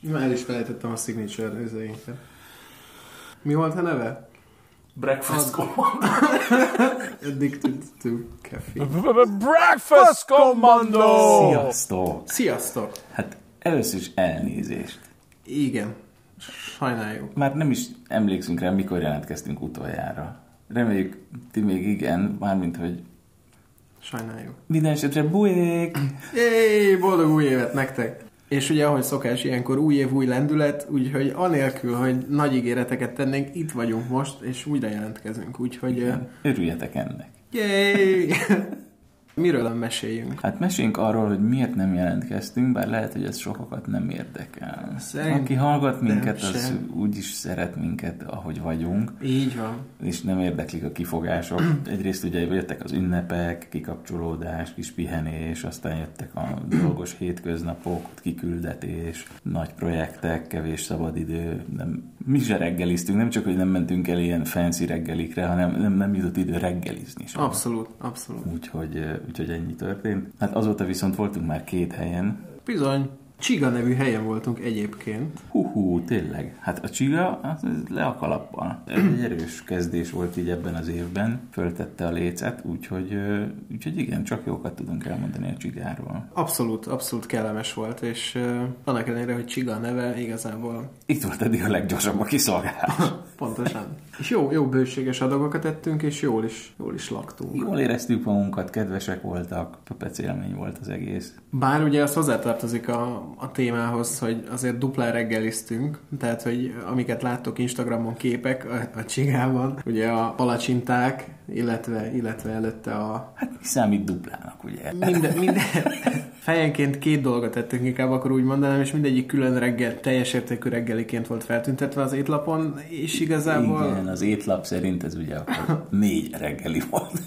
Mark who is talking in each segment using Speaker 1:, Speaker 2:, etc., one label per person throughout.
Speaker 1: Már el is felejtettem a signature nézőinket. Mi volt a neve?
Speaker 2: Breakfast Commando.
Speaker 1: Addicted to Caffeine.
Speaker 3: Breakfast Commando!
Speaker 4: Sziasztok!
Speaker 1: Sziasztok!
Speaker 4: Hát először is elnézést.
Speaker 1: Igen. Sajnáljuk.
Speaker 4: Már nem is emlékszünk rá, mikor jelentkeztünk utoljára. Reméljük, ti még igen, mármint, hogy
Speaker 1: Sajnáljuk.
Speaker 4: minden esetre bujék!
Speaker 1: Jéj, boldog új évet nektek! És ugye, ahogy szokás, ilyenkor új év, új lendület, úgyhogy anélkül, hogy nagy ígéreteket tennénk, itt vagyunk most, és újra jelentkezünk, úgyhogy... ö,
Speaker 4: Örüljetek ennek.
Speaker 1: Jéj! Miről meséljünk?
Speaker 4: Hát meséljünk arról, hogy miért nem jelentkeztünk, bár lehet, hogy ez sokakat nem érdekel.
Speaker 1: Szerintem
Speaker 4: Aki hallgat minket, az
Speaker 1: sem.
Speaker 4: úgyis szeret minket, ahogy vagyunk.
Speaker 1: Így van.
Speaker 4: és nem érdeklik a kifogások. Egyrészt ugye jöttek az ünnepek, kikapcsolódás, kis pihenés, aztán jöttek a dolgos hétköznapok, kiküldetés, nagy projektek, kevés szabadidő. Nem, mi se reggeliztünk, nem csak, hogy nem mentünk el ilyen fancy reggelikre, hanem nem, nem jutott idő reggelizni sem.
Speaker 1: Abszolút, abszolút.
Speaker 4: Úgyhogy, ö, úgyhogy ennyi történt. Hát azóta viszont voltunk már két helyen.
Speaker 1: Bizony, Csiga nevű helyen voltunk egyébként.
Speaker 4: Hú, tényleg. Hát a csiga az az le a kalappal. Ez egy erős kezdés volt így ebben az évben. Föltette a lécet, úgyhogy, ö, úgyhogy igen, csak jókat tudunk elmondani a csigáról.
Speaker 1: Abszolút, abszolút kellemes volt, és uh, annak ellenére, hogy Csiga a neve, igazából
Speaker 4: Itt volt eddig a leggyorsabb a kiszolgálás.
Speaker 1: pontosan. És jó, jó bőséges adagokat ettünk, és jól is, jól is laktunk.
Speaker 4: Jól éreztük magunkat, kedvesek voltak, pöpec élmény volt az egész.
Speaker 1: Bár ugye az hozzátartozik a, a témához, hogy azért duplán reggeliztünk, tehát hogy amiket láttok Instagramon képek a, a csigában, ugye a palacsinták, illetve, illetve előtte a
Speaker 4: Hát mi számít duplának, ugye?
Speaker 1: minden, minden fejenként két dolgot tettünk inkább, akkor úgy mondanám, és mindegyik külön reggel, teljes értékű reggeliként volt feltüntetve az étlapon, és igazából
Speaker 4: Igen, az étlap szerint ez ugye akkor négy reggeli volt.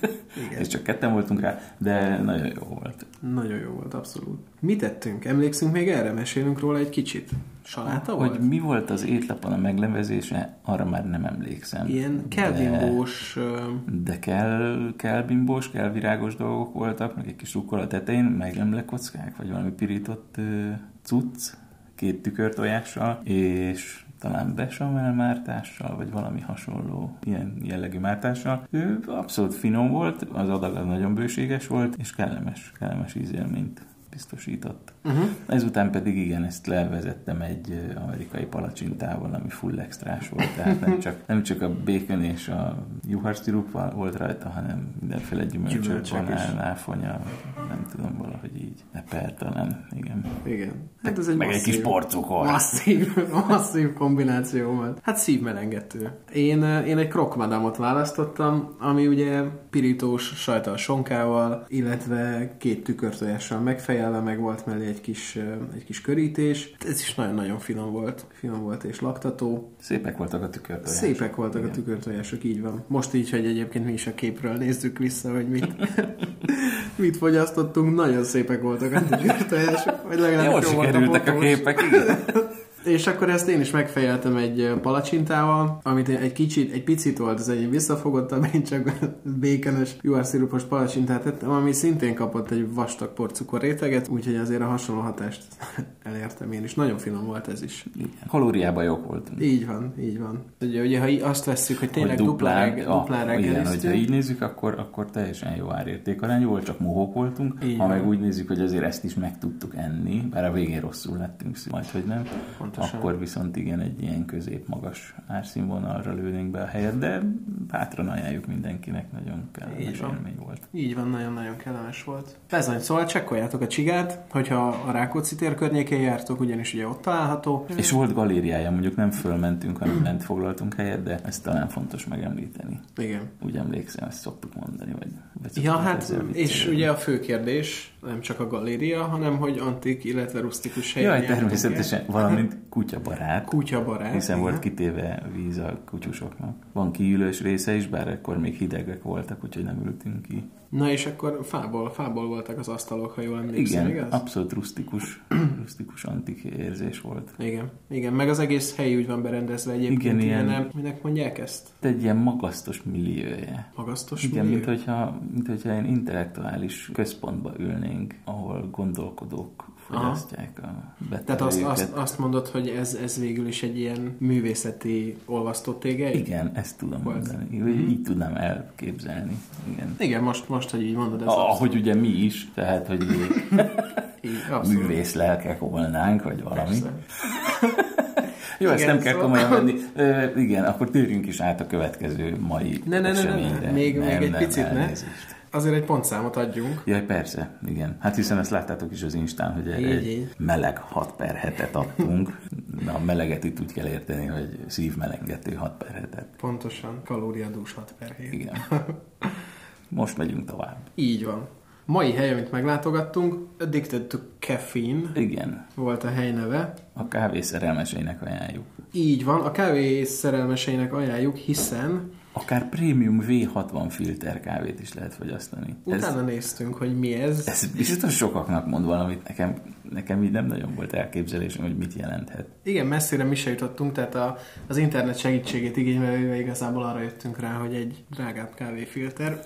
Speaker 4: Igen. És csak ketten voltunk rá, de nagyon jó volt.
Speaker 1: nagyon jó volt, abszolút. Mit tettünk? Emlékszünk még erre? Mesélünk róla egy kicsit? Saláta volt?
Speaker 4: Hogy mi volt az étlapon a meglevezése, arra már nem emlékszem.
Speaker 1: Ilyen kelvimbós... ö,
Speaker 4: De kell, kell bimbós, kell virágos dolgok voltak, meg egy kis rukkol a tetején, meg lemlekockák, vagy valami pirított ö, cucc, két tükörtojással, és talán bechamel mártással, vagy valami hasonló ilyen jellegű mártással. Ő abszolút finom volt, az adag az nagyon bőséges volt, és kellemes, kellemes ízélményt biztosított. Uh-huh. Ezután pedig igen, ezt levezettem egy ö, amerikai palacsintával, ami full extrás volt, tehát nem csak, nem csak a bacon és a juharsztirup val- volt rajta, hanem mindenféle gyümölcsök,
Speaker 1: Gyümölcsök is.
Speaker 4: banán, áfonya, nem tudom, valahogy így, eper talán, igen.
Speaker 1: Igen. Hát ez egy
Speaker 4: Meg egy kis
Speaker 1: masszív-
Speaker 4: porcukor.
Speaker 1: Masszív, masszív kombináció volt. Hát szívmelengető. Én, eh, én egy krokmadamot választottam, ami ugye pirítós sajtal sonkával, illetve két tükörtojással megfejelve, meg volt mellé egy kis, ö, egy kis körítés. Ez is nagyon-nagyon finom volt. Finom volt és laktató.
Speaker 4: Szépek voltak a tükörtojások.
Speaker 1: Szépek voltak a tükörtojások, így van. Most így, hogy egyébként mi is a képről nézzük vissza, hogy mit, mit fogyasztottunk, nagyon szépek voltak a tükörtojások. Vagy legalábbis
Speaker 4: Jól
Speaker 1: jó volt
Speaker 4: sikerültek a
Speaker 1: fotós.
Speaker 4: képek, igen.
Speaker 1: És akkor ezt én is megfejeltem egy ö, palacsintával, amit én egy kicsit, egy picit volt, az enyém visszafogottabb, én csak békenes, juharszirupos palacsintát tettem, ami szintén kapott egy vastag porcukor réteget, úgyhogy azért a hasonló hatást elértem én is. Nagyon finom volt ez is.
Speaker 4: igen. Kalóriában jók voltunk.
Speaker 1: Így van, így van. Ugye, ugye ha í- azt vesszük, hogy tényleg
Speaker 4: Hogy
Speaker 1: duplá, reg-
Speaker 4: ah,
Speaker 1: duplá
Speaker 4: Igen, hogyha
Speaker 1: reggeliztünk,
Speaker 4: így nézzük, akkor, akkor teljesen jó árértékarány volt, csak mohók voltunk.
Speaker 1: Így
Speaker 4: ha
Speaker 1: van.
Speaker 4: meg úgy nézzük, hogy azért ezt is meg tudtuk enni, bár a végén rosszul lettünk, szó- majd hogy nem,
Speaker 1: Pontosan.
Speaker 4: akkor viszont igen, egy ilyen közép-magas árszínvonalra lőnénk be a helyet, de bátran ajánljuk mindenkinek, nagyon kellemes
Speaker 1: Így van.
Speaker 4: élmény volt.
Speaker 1: Így van, nagyon-nagyon kellemes volt. Bezony, szóval csekkoljátok a csigát, hogyha a Rákóczi tér környékén jártok, ugyanis ugye ott található.
Speaker 4: És volt galériája, mondjuk nem fölmentünk, hanem lent foglaltunk helyet, de ezt talán fontos megemlíteni.
Speaker 1: Igen.
Speaker 4: Úgy emlékszem, ezt szoktuk mondani. Vagy,
Speaker 1: Ja,
Speaker 4: vagy szoktunk
Speaker 1: hát,
Speaker 4: ezzel
Speaker 1: és
Speaker 4: viccelődni.
Speaker 1: ugye a fő kérdés nem csak a galéria, hanem hogy antik, illetve rusztikus helyen.
Speaker 4: Jaj,
Speaker 1: jártunk el.
Speaker 4: természetesen, valamint kutyabarát.
Speaker 1: Kutyabarát.
Speaker 4: Hiszen
Speaker 1: igen.
Speaker 4: volt kitéve víz a kutyusoknak. Van kiülős része is, bár akkor még hidegek voltak, úgyhogy nem ültünk ki.
Speaker 1: Na és akkor fából, fából voltak az asztalok, ha jól emlékszem,
Speaker 4: Igen,
Speaker 1: igaz?
Speaker 4: abszolút rusztikus, rusztikus antik érzés volt.
Speaker 1: Igen, igen, meg az egész hely úgy van berendezve egyébként.
Speaker 4: Igen, ilyen-
Speaker 1: nem, minek mondják ezt?
Speaker 4: Itt Egy ilyen magasztos milliója.
Speaker 1: Magasztos
Speaker 4: Igen,
Speaker 1: millió?
Speaker 4: mint hogyha, mint hogyha ilyen intellektuális központba ülnél, streaming, ahol gondolkodók fogyasztják a
Speaker 1: Tehát azt,
Speaker 4: betörőjüket.
Speaker 1: azt, azt mondod, hogy ez, ez végül is egy ilyen művészeti olvasztó tégely?
Speaker 4: Igen, ezt tudom
Speaker 1: Volt. Mhm.
Speaker 4: mondani. Mm. Így tudnám elképzelni. Igen.
Speaker 1: Igen, most, most, hogy így mondod, ez
Speaker 4: Ah, Ahogy ugye mi is, tehát, hogy
Speaker 1: így,
Speaker 4: művész lelkek volnánk, vagy valami.
Speaker 1: Persze.
Speaker 4: Jó, ezt
Speaker 1: Igen,
Speaker 4: nem kell
Speaker 1: szóval-
Speaker 4: komolyan venni. Ö, igen, akkor térjünk is át a következő mai
Speaker 1: Ne, ne, ne, ne, ne, ne.
Speaker 4: eseményre.
Speaker 1: Még, még egy picit ne.
Speaker 4: elnézést.
Speaker 1: Azért egy pontszámot adjunk.
Speaker 4: Jaj, persze, igen. Hát hiszen ezt láttátok is az Instán, hogy erre
Speaker 1: Így,
Speaker 4: egy
Speaker 1: így.
Speaker 4: meleg 6 per 7-et adtunk. Na, a meleget itt úgy kell érteni, hogy szívmelengető 6 per 7-et.
Speaker 1: Pontosan, kalóriadús 6 per hét.
Speaker 4: Igen. Most megyünk tovább.
Speaker 1: Így van. Mai hely, amit meglátogattunk, Addicted to Caffeine
Speaker 4: Igen,
Speaker 1: volt a hely neve.
Speaker 4: a kávé szerelmeseinek ajánljuk.
Speaker 1: Így van, a kávé szerelmeseinek ajánljuk, hiszen
Speaker 4: Akár prémium V60 filter kávét is lehet fogyasztani. Ez,
Speaker 1: utána néztünk, hogy mi ez.
Speaker 4: ez biztos sokaknak mond valamit, nekem, nekem így nem nagyon volt elképzelésem, hogy mit jelenthet.
Speaker 1: Igen, messzire mi se jutottunk, tehát a, az internet segítségét igénybe véve igazából arra jöttünk rá, hogy egy drágább kávéfilter.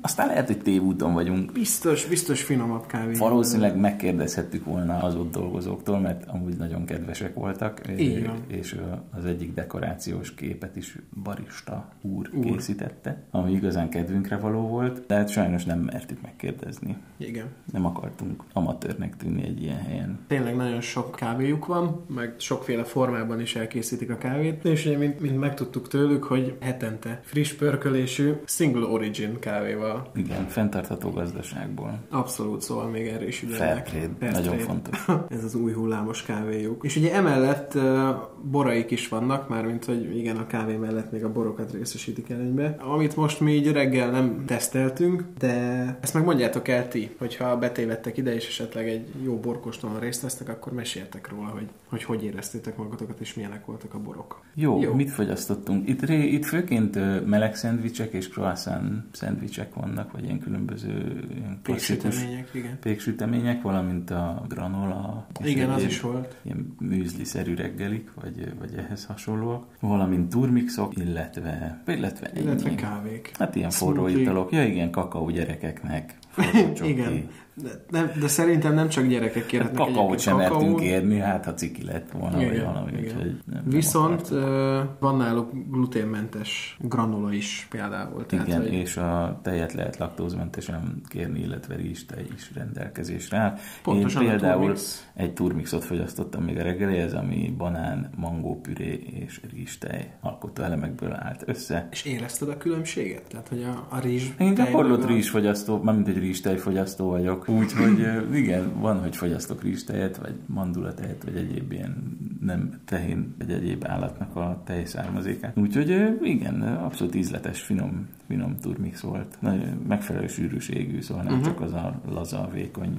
Speaker 4: Aztán lehet, hogy tévúton vagyunk.
Speaker 1: Biztos, biztos finomabb kávé.
Speaker 4: Valószínűleg megkérdezhettük volna az ott dolgozóktól, mert amúgy nagyon kedvesek voltak,
Speaker 1: Így van.
Speaker 4: és ö, az egyik dekorációs képet is barista úr,
Speaker 1: Úr.
Speaker 4: úr készítette, ami igazán kedvünkre való volt, de hát sajnos nem mertük megkérdezni.
Speaker 1: Igen.
Speaker 4: Nem akartunk amatőrnek tűnni egy ilyen helyen.
Speaker 1: Tényleg nagyon sok kávéjuk van, meg sokféle formában is elkészítik a kávét, és ugye mint, mint megtudtuk tőlük, hogy hetente friss pörkölésű single origin kávéval.
Speaker 4: Igen, fenntartható gazdaságból.
Speaker 1: Abszolút, szóval még erre is
Speaker 4: Fair
Speaker 1: ügyelnek.
Speaker 4: trade,
Speaker 1: Fair
Speaker 4: nagyon
Speaker 1: trade.
Speaker 4: fontos.
Speaker 1: Ez az új hullámos kávéjuk. És ugye emellett ö, boraik is vannak, mármint hogy igen, a kávé mellett még a borokat részesítik előnybe. Amit most mi így reggel nem teszteltünk, de ezt meg mondjátok el ti, hogyha betévedtek ide, és esetleg egy jó borkóstolon részt vesztek, akkor meséltek róla, hogy hogy, hogy éreztétek magatokat, és milyenek voltak a borok.
Speaker 4: Jó,
Speaker 1: Jó.
Speaker 4: Jó, mit fogyasztottunk? Itt, ré, itt főként ö, meleg szendvicsek és croissant szendvicsek vannak, vagy ilyen különböző ilyen klasszikus
Speaker 1: Péksütemények, igen.
Speaker 4: péksütemények, valamint a granola. és
Speaker 1: Igen, az
Speaker 4: egyéb
Speaker 1: is volt.
Speaker 4: Ilyen műzliszerű reggelik, vagy, vagy ehhez hasonlóak. Valamint turmixok, illetve, illetve,
Speaker 1: Illetve
Speaker 4: ennyi.
Speaker 1: kávék.
Speaker 4: Hát ilyen forró
Speaker 1: Smoothie.
Speaker 4: italok. Ja igen, kakaó gyerekeknek. forró csoki.
Speaker 1: Igen. De, nem, de szerintem nem csak gyerekek
Speaker 4: Hát
Speaker 1: kérhetnek
Speaker 4: Kakaót
Speaker 1: egyébként
Speaker 4: sem mertünk
Speaker 1: kakaót.
Speaker 4: érni, hát ha ciki lett volna, vagy
Speaker 1: Igen,
Speaker 4: valami,
Speaker 1: igen.
Speaker 4: úgyhogy nem- nem
Speaker 1: Viszont
Speaker 4: akartuk.
Speaker 1: ö, van náluk gluténmentes granola is például. Tehát,
Speaker 4: Igen,
Speaker 1: hogy
Speaker 4: és a tejet lehet laktózmentesen kérni, illetve rizstej is rendelkezésre áll.
Speaker 1: pontosan
Speaker 4: Én például
Speaker 1: a turmix.
Speaker 4: egy turmixot fogyasztottam még a reggeléhez, ami banán, mangópüré és rizstej alkotó elemekből állt össze.
Speaker 1: És érezted a különbséget? Tehát, hogy a, a rizs...
Speaker 4: Én gyakorlott
Speaker 1: tejből-
Speaker 4: rizsfogyasztó, nem mint egy rizstejfogyasztó vagyok, úgyhogy ö, igen, van, hogy fogyasztok rizstejet, vagy mandulatejet, vagy egyéb ilyen nem tehén, vagy egyéb állatnak a tejszármazékát. Úgyhogy ö, igen, ö, abszolút ízletes, finom, finom turmix volt. Nagyon megfelelő sűrűségű, szóval nem
Speaker 1: Mhm.
Speaker 4: uh-huh. csak az a laza, vékony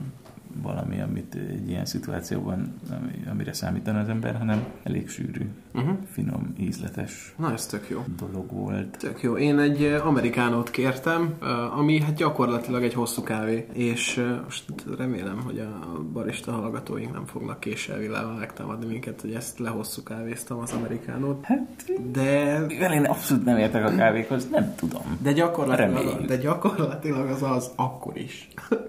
Speaker 4: valami, amit egy ilyen szituációban, ami, amire számítana az ember, hanem elég sűrű,
Speaker 1: Uh-huh.
Speaker 4: finom, ízletes
Speaker 1: Na, ez tök jó.
Speaker 4: dolog volt.
Speaker 1: Tök jó. Én egy ö, amerikánót kértem, ö, ami hát gyakorlatilag egy hosszú kávé, és ö, most remélem, hogy a barista hallgatóink nem fognak késelvillával megtámadni minket, hogy ezt lehosszú kávéztam az amerikánót.
Speaker 4: Hát
Speaker 1: De
Speaker 4: Mivel én abszolút nem értek a kávékhoz, nem tudom.
Speaker 1: De gyakorlatilag,
Speaker 4: Reméljük.
Speaker 1: de gyakorlatilag az az akkor is.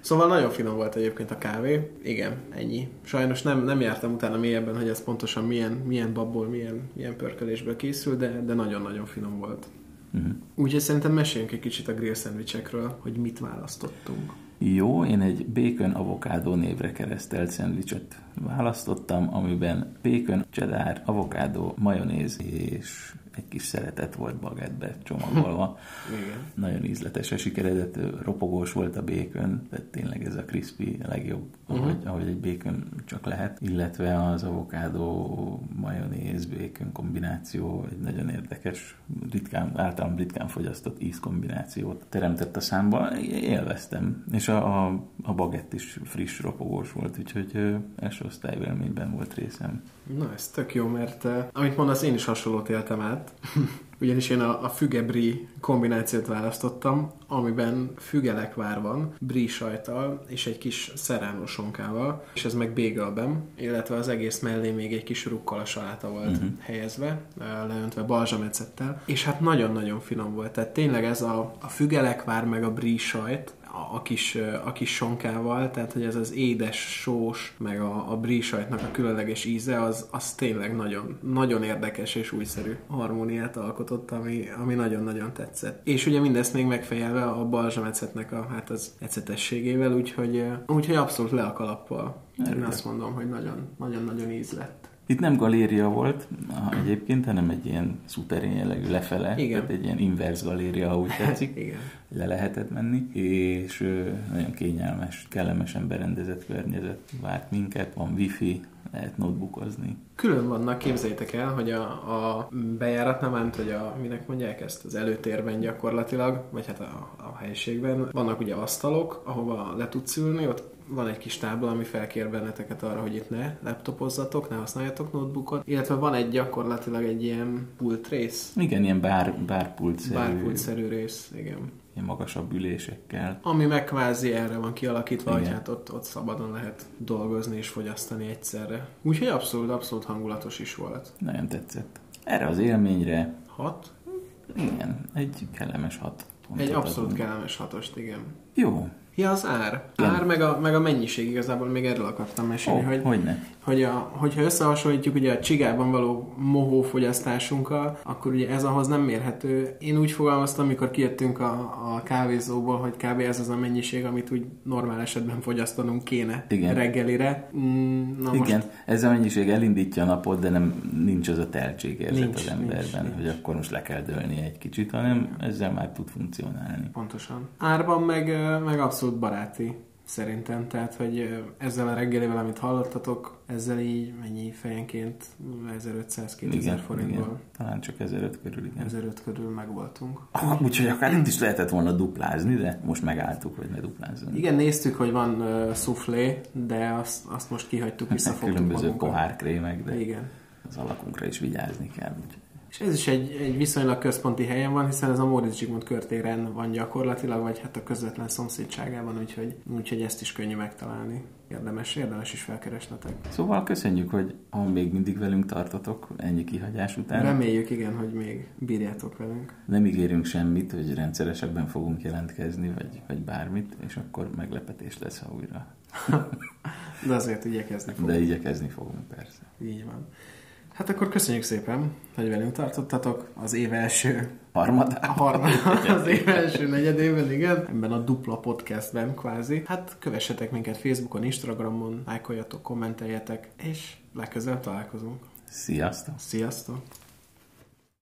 Speaker 1: szóval nagyon finom volt egyébként a kávé. Igen, ennyi. Sajnos nem, nem jártam utána mélyebben, hogy ez pontosan milyen, milyen babból, milyen, milyen pörkölésből készül, de, de nagyon-nagyon finom volt.
Speaker 4: Mhm.
Speaker 1: Úgyhogy szerintem meséljünk egy kicsit a grill szendvicsekről, hogy mit választottunk.
Speaker 4: Jó, én egy bacon avokádó névre keresztelt szendvicset választottam, amiben bacon, cheddar, avokádó, majonéz és egy kis szeretet volt bagettbe csomagolva.
Speaker 1: Igen.
Speaker 4: Nagyon ízletesen sikeredett, ö, ropogós volt a bacon, tehát tényleg ez a crispy a legjobb, ahogy, uh-huh. ahogy egy bacon csak lehet. Illetve az avokádó, majonéz, bacon kombináció egy nagyon érdekes, ritkán, általában ritkán fogyasztott ízkombinációt teremtett a számba. Élveztem. És a, a, a bagett is friss, ropogós volt, úgyhogy ö, első osztályú élményben volt részem.
Speaker 1: Na, ez tök jó, mert eh, amit mondasz, én is hasonlót éltem át. Ugyanis én a, a fügebri kombinációt választottam, amiben fügelekvár van, brie sajtal és egy kis szeránó sonkával, és ez meg bégelben, illetve az egész mellé még egy kis rukkala saláta volt uh-huh. helyezve, eh, leöntve balzsamecettel, és hát nagyon-nagyon finom volt. Tehát tényleg ez a, a fügelekvár meg a brie sajt, a, a, kis, a kis sonkával, tehát hogy ez az édes sós, meg a, a brie sajtnak a különleges íze, az, az tényleg nagyon, nagyon érdekes és újszerű harmóniát alkotott, ami, ami nagyon-nagyon tetszett. És ugye mindezt még megfejelve a balzsamecetnek a, hát az ecetességével, úgyhogy, úgyhogy abszolút le a kalappal. Én azt mondom, hogy nagyon, nagyon-nagyon íz lett.
Speaker 4: Itt nem galéria volt ah, egyébként, hanem egy ilyen szuperén jellegű lefele,
Speaker 1: Igen.
Speaker 4: tehát egy ilyen inverse galéria, ha úgy tetszik.
Speaker 1: Igen.
Speaker 4: Le lehetett menni, és ö, nagyon kényelmes, kellemesen berendezett környezet várt minket, van wifi, lehet notebookozni.
Speaker 1: Külön vannak, képzeljétek el, hogy a, a bejáratnál, ment, hogy a, minek mondják ezt, az előtérben gyakorlatilag, vagy hát a, a helyiségben, vannak ugye asztalok, ahova le tudsz ülni, ott van egy kis tábla, ami felkér benneteket arra, hogy itt ne laptopozzatok, ne használjatok notebookot, illetve van egy gyakorlatilag egy ilyen pult rész,
Speaker 4: Igen, ilyen bár, bárpultszerű,
Speaker 1: bárpultszerű rész, igen.
Speaker 4: ilyen magasabb ülésekkel.
Speaker 1: Ami meg kvázi erre van kialakítva, hogy
Speaker 4: Igen.
Speaker 1: hát ott, ott szabadon lehet dolgozni és fogyasztani egyszerre. Úgyhogy abszolút, abszolút hangulatos is volt.
Speaker 4: Nagyon tetszett. Erre az élményre,
Speaker 1: Hat?
Speaker 4: igen, egy kellemes hat. pontot
Speaker 1: Egy abszolút
Speaker 4: adunk.
Speaker 1: kellemes hatost, igen.
Speaker 4: Jó,
Speaker 1: Ja, az ár.
Speaker 4: Igen.
Speaker 1: Ár meg a, meg a mennyiség igazából még erről akartam mesélni,
Speaker 4: oh,
Speaker 1: oh, hogy,
Speaker 4: hogy ne.
Speaker 1: hogy a, hogyha összehasonlítjuk ugye a csigában való mohó fogyasztásunkkal, akkor ugye ez ahhoz nem mérhető. Én úgy fogalmaztam, amikor kijöttünk a, a kávézóból, hogy kb. ez az a mennyiség, amit úgy normál esetben fogyasztanunk kéne
Speaker 4: Igen.
Speaker 1: reggelire. Mm, na most
Speaker 4: Igen, ez a mennyiség elindítja a napot, de nem nincs az a teltségérzet
Speaker 1: Nincs,
Speaker 4: az
Speaker 1: nincs,
Speaker 4: emberben,
Speaker 1: nincs.
Speaker 4: hogy akkor most le kell dőlni egy kicsit, hanem ezzel már tud funkcionálni.
Speaker 1: Pontosan. Árban meg, ö, meg abszolút baráti szerintem, tehát hogy ö, ezzel a reggelével, amit hallottatok, ezzel így mennyi fejenként 1500-2000 forintból,
Speaker 4: Talán csak 1500 körül, igen.
Speaker 1: 1500 körül megvoltunk.
Speaker 4: Ah, úgyhogy akár itt is lehetett volna duplázni, de most megálltuk, hogy ne duplázzunk.
Speaker 1: Igen, néztük, hogy van uh, szuflé, de azt, azt most kihagytuk, visszafogtuk
Speaker 4: Hát Különböző
Speaker 1: magunkat.
Speaker 4: pohárkrémek, de
Speaker 1: Igen.
Speaker 4: az alakunkra is vigyázni kell. úgyhogy.
Speaker 1: És ez is egy, egy viszonylag központi helyen van, hiszen ez a Móricz Zsigmond körtéren van gyakorlatilag, vagy hát a közvetlen szomszédságában, úgyhogy, úgyhogy ezt is könnyű megtalálni. Érdemes, érdemes is felkeresnetek.
Speaker 4: Szóval köszönjük, hogy ha még mindig velünk tartotok ennyi kihagyás után.
Speaker 1: Reméljük, igen, hogy még bírjátok velünk.
Speaker 4: Nem ígérünk semmit, hogy rendszeresebben fogunk jelentkezni, vagy, vagy bármit, és akkor meglepetés lesz, ha újra
Speaker 1: De azért igyekezni fogunk.
Speaker 4: De igyekezni fogunk, persze.
Speaker 1: Így van. Hát akkor köszönjük szépen, hogy velünk tartottatok. Az év első, a
Speaker 4: Harmadá.
Speaker 1: harmadik, az év első negyedében, igen. Ebben a dupla podcastben kvázi. Hát kövessetek minket Facebookon, Instagramon, lájkoljatok, kommenteljetek, és legközelebb találkozunk.
Speaker 4: Sziasztok!
Speaker 1: Sziasztok!